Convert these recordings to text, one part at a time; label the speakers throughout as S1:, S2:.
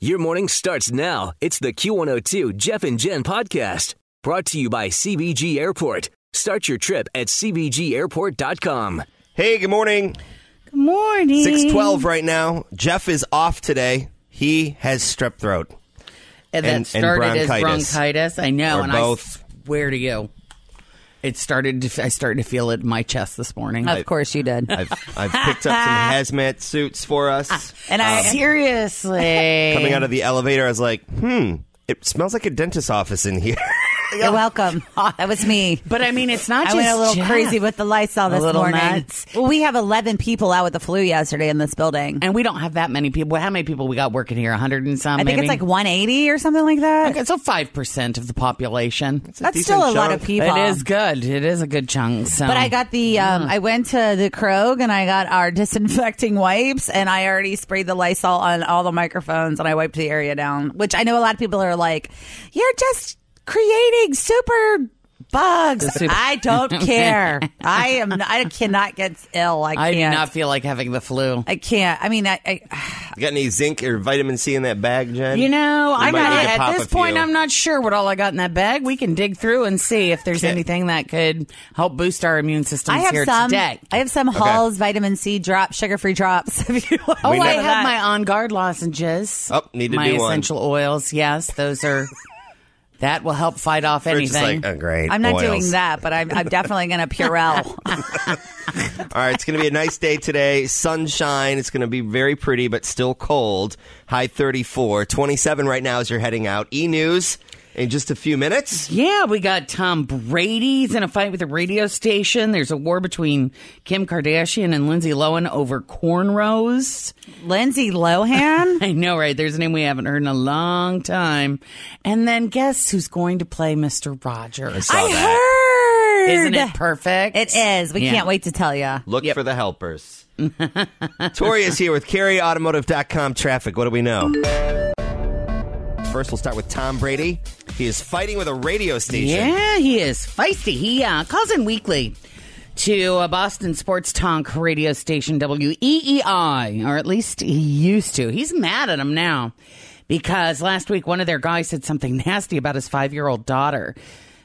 S1: Your morning starts now. It's the Q102 Jeff and Jen podcast brought to you by CBG Airport. Start your trip at CBGAirport.com.
S2: Hey, good morning.
S3: Good morning.
S2: 612 right now. Jeff is off today. He has strep throat. and-
S3: And
S2: and
S3: that started as
S2: bronchitis.
S3: bronchitis. I know.
S2: Or
S3: and
S2: both.
S3: I swear to you, it started. To, I started to feel it in my chest this morning.
S4: Of course you did.
S2: I've, I've picked up some hazmat suits for us.
S3: Ah,
S4: and I
S3: Um, Seriously.
S2: Coming out of the elevator, I was like, hmm, it shan't smells like a dentist's office in here.
S4: you're welcome. That was me.
S3: But I mean, it's not
S4: I
S3: just
S4: went a little
S3: Jeff.
S4: crazy with the Lysol
S3: A
S4: this
S3: little
S4: morning.
S3: nuts.
S4: Well, we have 11 people out with the flu yesterday in this building.
S3: And we don't have that many people. How many people we got working here? 100 and some.
S4: I think
S3: maybe?
S4: it's like 180 or something like that.
S3: Okay, so five percent of the population.
S4: That's
S2: decent
S4: still a lot
S2: chunk.
S4: of people.
S3: It is good. It is a good chunk. So.
S4: But I got the, um, I went to the Krogue and I got our disinfecting wipes and I already sprayed the Lysol on all the microphones and I wiped the area down, which I know a lot of people are like, you're just creating super bugs.
S3: super-
S4: I don't care. I am, I cannot get ill. I
S3: I do
S4: can't.
S3: not feel like having the flu.
S4: I can't. I mean, I, I
S2: You got any zinc or vitamin C in that bag, Jen?
S3: You know,
S2: We
S3: I'm
S2: might
S3: not,
S2: need to pop
S3: at
S2: a
S3: this point.
S2: few.
S3: I'm not sure what all I got in that bag. We can dig through and see if there's
S2: Okay.
S3: anything that could help boost our immune systems
S4: I have
S3: here
S4: some.
S3: today.
S4: I have some Hall's vitamin C drop, sugar free drops. If you want
S3: Oh, I
S2: never-
S3: have my on guard lozenges.
S2: Oh, need to
S3: my
S2: do one.
S3: essential oils. Yes, those are. that will help fight off
S2: We're just
S3: anything.
S2: like, oh, great.
S4: I'm not
S2: oils.
S4: doing that, but I'm, I'm definitely going to Purell.
S2: All right, it's going to be a nice day today. Sunshine. It's going to be very pretty, but still cold. High 34. 27 right now as you're heading out. E News in just a few minutes.
S3: yeah, we got Tom Brady's in a fight with a radio station. There's a war between Kim Kardashian and Lindsay Lohan over cornrows.
S4: Lindsay Lohan.
S3: I know, right? There's a name we haven't heard in a long time. And then guess who's going to play Mr. Rogers?
S2: Saw
S4: I
S2: that.
S4: heard.
S3: Isn't it perfect?
S4: It is. We
S3: Yeah.
S4: can't wait to tell you.
S2: Look for the helpers. Tori is here with CarrieAutomotive.com traffic. What do we know? First, we'll start with Tom Brady. He is fighting with a radio station.
S3: Yeah, he is feisty. He uh, calls in weekly to a Boston sports talk radio station WEEI, or at least he used to. He's mad at him now because last week one of their guys said something nasty about his five year old daughter.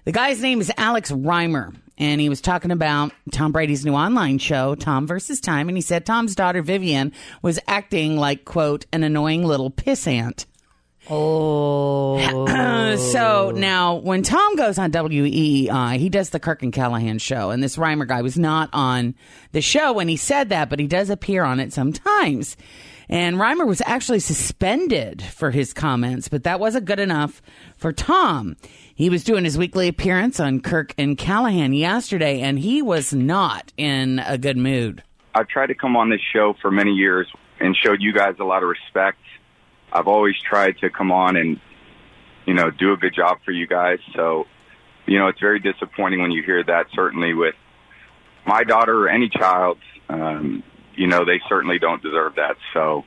S3: The guy's name is Alex Reimer. And he was talking about Tom Brady's new online show, Tom versus Time. And he said Tom's daughter, Vivian, was acting like, quote, an annoying little pissant. Uh, so now, when Tom goes on WEEI, he does the Kirk and Callahan show, and this Reimer guy was not on the show when he said that, but he does appear on it sometimes. And Reimer was actually suspended for his comments, but that wasn't good enough for Tom. He was doing his weekly appearance on Kirk and Callahan yesterday, and he was not in a good mood.
S5: I've tried to come on this show for many years and showed you guys a lot of respect. I've always tried to come on and, you know, do a good job for you guys. So, you know, it's very disappointing when you hear that, certainly with my daughter or any child. Um, you know, they certainly don't deserve that. So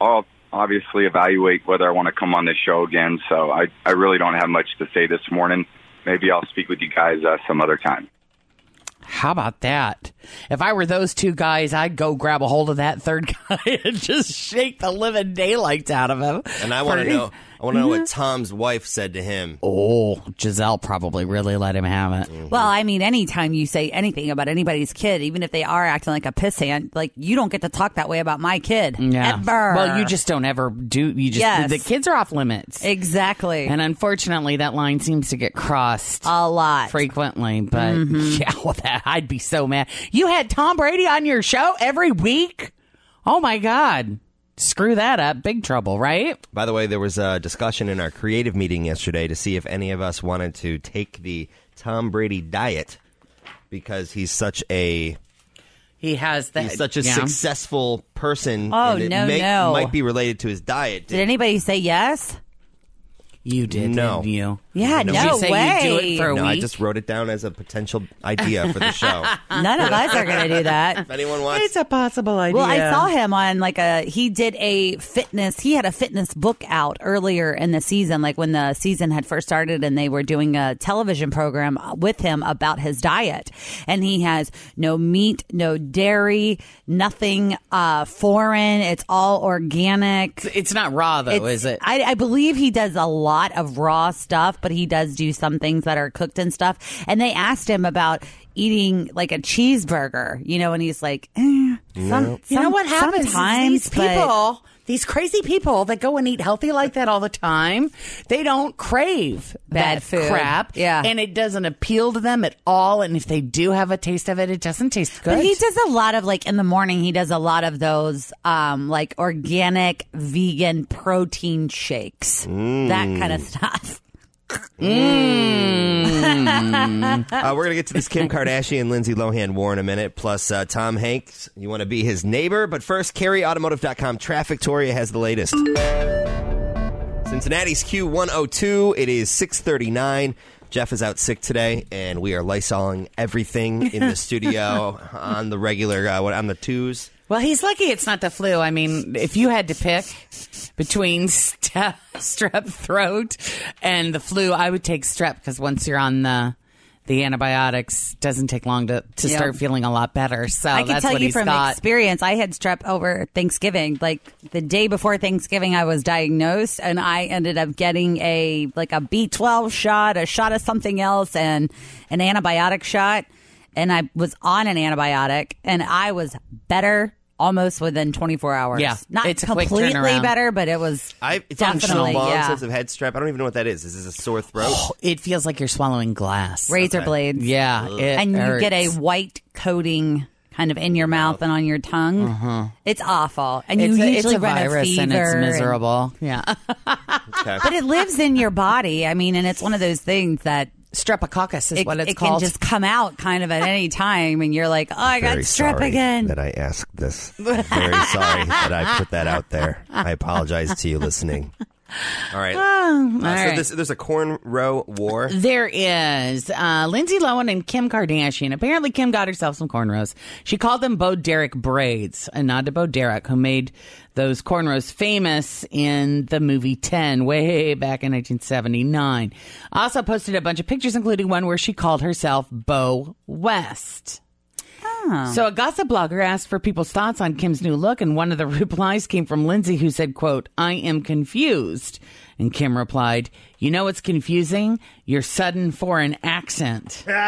S5: I'll obviously evaluate whether I want to come on this show again. So I, I really don't have much to say this morning. Maybe I'll speak with you guys uh, some other time.
S3: How about that? If I were those two guys, I'd go grab a hold of that third guy and just shake the living daylights out of him.
S2: And I want to
S3: For-
S2: know. I want to know what Tom's wife said to him.
S3: Oh, Giselle probably really let him have it.
S4: Well, I mean, anytime you say anything about anybody's kid, even if they are acting like a pissant, like you don't get to talk that way about my kid ever.
S3: Well, you just don't ever do. You just
S4: Yes.
S3: the kids are off limits,
S4: exactly
S3: and unfortunately, that line seems to get crossed.
S4: a lot.
S3: Frequently, but
S4: mm-hmm.
S3: yeah, well, that, I'd be so mad. You had Tom Brady on your show every week? Oh my God. Screw that up. Big trouble, right?
S2: By the way, there was a discussion in our creative meeting yesterday to see if any of us wanted to take the Tom Brady diet because he's such a
S3: He has that.
S2: he's such a
S3: yeah.
S2: successful person.
S4: Oh,
S2: and it
S4: no,
S2: may-
S4: no.
S2: might be related to his diet.
S4: Did anybody say yes?
S3: You did,
S2: No.
S3: didn't you?
S4: Yeah, no,
S3: Did you say
S4: way.
S3: you do it for a
S2: No, I
S3: week?
S2: just wrote it down as a potential idea for the show. if
S4: None of us are going to do that.
S2: anyone wants,
S3: it's a possible idea.
S4: Well, I saw him on like a he did a fitness he had a fitness book out earlier in the season like when the season had first started and they were doing a television program uh, with him about his diet and he has no meat, no dairy, nothing uh foreign, it's all organic.
S3: It's not raw though,
S4: It's-
S3: is it?
S4: I, I believe he does a lot of raw stuff, but he does do some things that are cooked and stuff. And they asked him about eating like a cheeseburger, you know, and he's like, eh, some,
S3: You know
S4: some-
S3: what happens? is
S4: Sometimes,
S3: these
S4: but-
S3: people, these crazy people that go and eat healthy like that all the time, they don't crave
S4: Bad
S3: that
S4: food.
S3: crap.
S4: Yeah.
S3: and it doesn't appeal to them at all. And if they do have a taste of it, it doesn't taste good.
S4: But he does a lot of like in the morning. He does a lot of those um like organic vegan protein shakes, that
S3: Mm.
S4: kind of stuff.
S2: uh, we're gonna get to this Kim Kardashian, Lindsay Lohan war in a minute. Plus uh, Tom Hanks, you want to be his neighbor, but first, CarrieAutomotive.com traffic. Toria has the latest. Cincinnati's Q102. It is 639. Jeff is out sick today, and we are lysoling everything in the studio on the regular, uh, what, on the twos.
S3: well, he's lucky it's not the flu. I mean, if you had to pick between ste- strep throat and the flu, I would take strep because once you're on the the antibiotics doesn't take long to, to
S4: Yep.
S3: start feeling a lot better. So
S4: I can
S3: that's
S4: tell
S3: what
S4: you
S3: he's
S4: from
S3: got.
S4: experience. I had strep over Thanksgiving, like the day before Thanksgiving. I was diagnosed, and I ended up getting a like a B twelve shot, a shot of something else, and an antibiotic shot. And I was on an antibiotic, and I was better almost within 24 hours.
S3: Yeah,
S4: not
S3: it's a quick
S4: completely
S3: turnaround.
S4: better, but it was
S2: I, it's
S4: Functional,
S2: been so long
S4: yeah.
S2: since I've had strep. I don't even know what that is. Is this a sore throat?
S3: It feels like you're swallowing glass.
S4: razor blades.
S3: Yeah, it
S4: and you get a
S3: hurts.
S4: white coating kind of in your mouth and on your tongue. It's awful, and
S3: It's,
S4: you
S3: a,
S4: usually
S3: it's a
S4: run a
S3: virus
S4: fever
S3: and it's
S4: and-
S3: miserable. Yeah,
S2: Okay.
S4: but it lives in your body. I mean, and it's one of those things that
S3: strepococcus is
S4: it,
S3: what it's
S4: it
S3: called.
S4: can just come out kind of at any time, and you're like, oh, I got
S2: Very
S4: strep
S2: sorry
S4: again.
S2: That I asked this. Very sorry that I put that out there. I apologize to you listening. All right. Uh, So
S3: right.
S2: this, there's a corn row war.
S3: There is uh, Lindsay Lohan and Kim Kardashian. Apparently, Kim got herself some cornrows. She called them Bo Derek braids, a nod to Bo Derek, who made those cornrows famous in the movie Ten way back in 1979. Also posted a bunch of pictures, including one where she called herself Bo West. So a gossip blogger asked for people's thoughts on Kim's new look, and one of the replies came from Lindsay, who said, "quote I am confused," and Kim replied, "You know what's confusing? Your sudden foreign accent."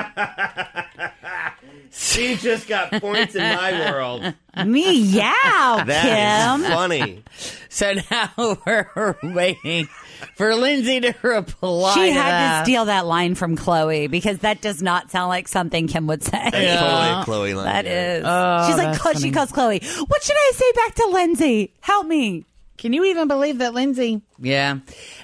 S2: She just got points in my world.
S4: Me, yeah,
S2: That
S4: Kim.
S2: is funny.
S3: So now we're waiting for Lindsay to reply.
S4: She
S3: to
S4: had
S3: that.
S4: to steal that line from Chloe because that does not sound like something Kim would say.
S2: That's totally a Chloe line.
S4: That
S2: there.
S4: is. She's like,
S3: Oh, that's
S4: Chloe- she
S3: funny.
S4: calls Chloe. What should I say back to Lindsay? Help me.
S3: Can you even believe that, Lindsay? Yeah.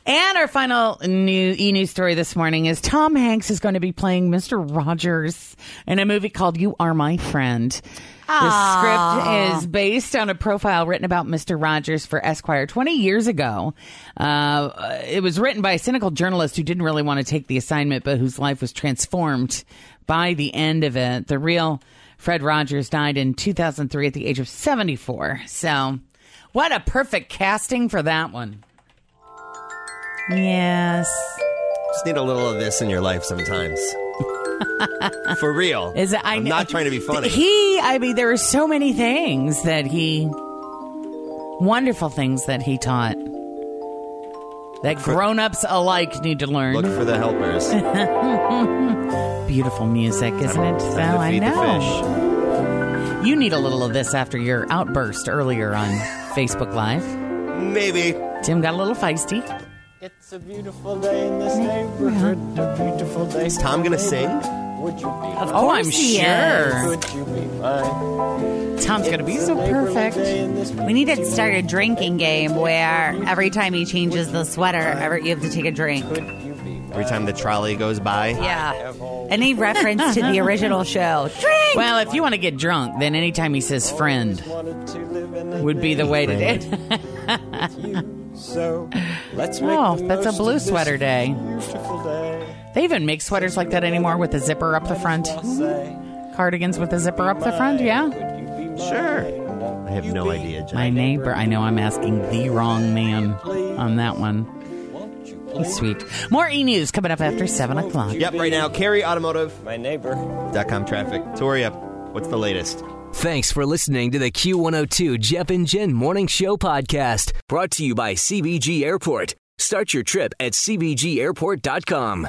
S3: And our final new e news story this morning is Tom Hanks is going to be playing Mr. Rogers in a movie called You Are My Friend. The script is based on a profile written about Mr. Rogers for Esquire 20 years ago. Uh, it was written by a cynical journalist who didn't really want to take the assignment, but whose life was transformed by the end of it. The real Fred Rogers died in 2003 at the age of 74. So. What a perfect casting for that one.
S4: Yes.
S2: Just need a little of this in your life sometimes. For real.
S3: Is it, I
S2: I'm
S3: kn-
S2: not trying to be funny.
S3: He, I mean, there are so many things that he, wonderful things that he taught that grown-ups alike need to learn.
S2: Look for the helpers. Time
S3: Beautiful music, isn't it? So
S2: to
S3: I
S2: feed the
S3: know
S2: fish.
S3: you need a little of this after your outburst earlier on Facebook Live.
S2: Maybe.
S3: Tim got a little feisty.
S6: It's a beautiful day in this neighborhood. A beautiful day. Is
S2: Tom gonna sing?
S6: Would you be? Of
S3: Oh, I'm
S4: he
S3: sure
S6: Would you be mine?
S3: Tom's gonna be
S6: It's a
S3: so
S6: neighborly
S3: perfect.
S6: day in this
S4: We need to start a drinking game where every time he changes the sweater, every, you have to take a drink.
S6: Would you be mine?
S2: Every time the trolley goes by.
S4: Yeah. Any reference to the original show. Drink!
S3: Well, if you want to get drunk, then anytime he says "friend,"
S6: Wanted to live in a
S3: would be the way to do it.
S6: neighborhood So let's make
S3: Oh,
S6: the
S3: that's a
S6: most
S3: blue
S6: of this
S3: sweater day.
S6: Beautiful day.
S3: They even make sweaters like that anymore with a zipper up the front.
S6: I say,
S3: Cardigans with a zipper up the front, yeah?
S6: would you be mine?
S2: Sure. I have no idea, Jen.
S3: My neighbor, I know I'm asking the wrong man on that one.
S6: Won't you
S3: He's
S6: please?
S3: sweet. More e news coming up after 7 o'clock.
S2: Yep, right now, carryautomotive.com
S6: My neighbor.
S2: traffic. Tori, up. what's the latest?
S1: Thanks for listening to the Q102 Jeff and Jen Morning Show podcast, brought to you by CBG Airport. Start your trip at CBGAirport.com.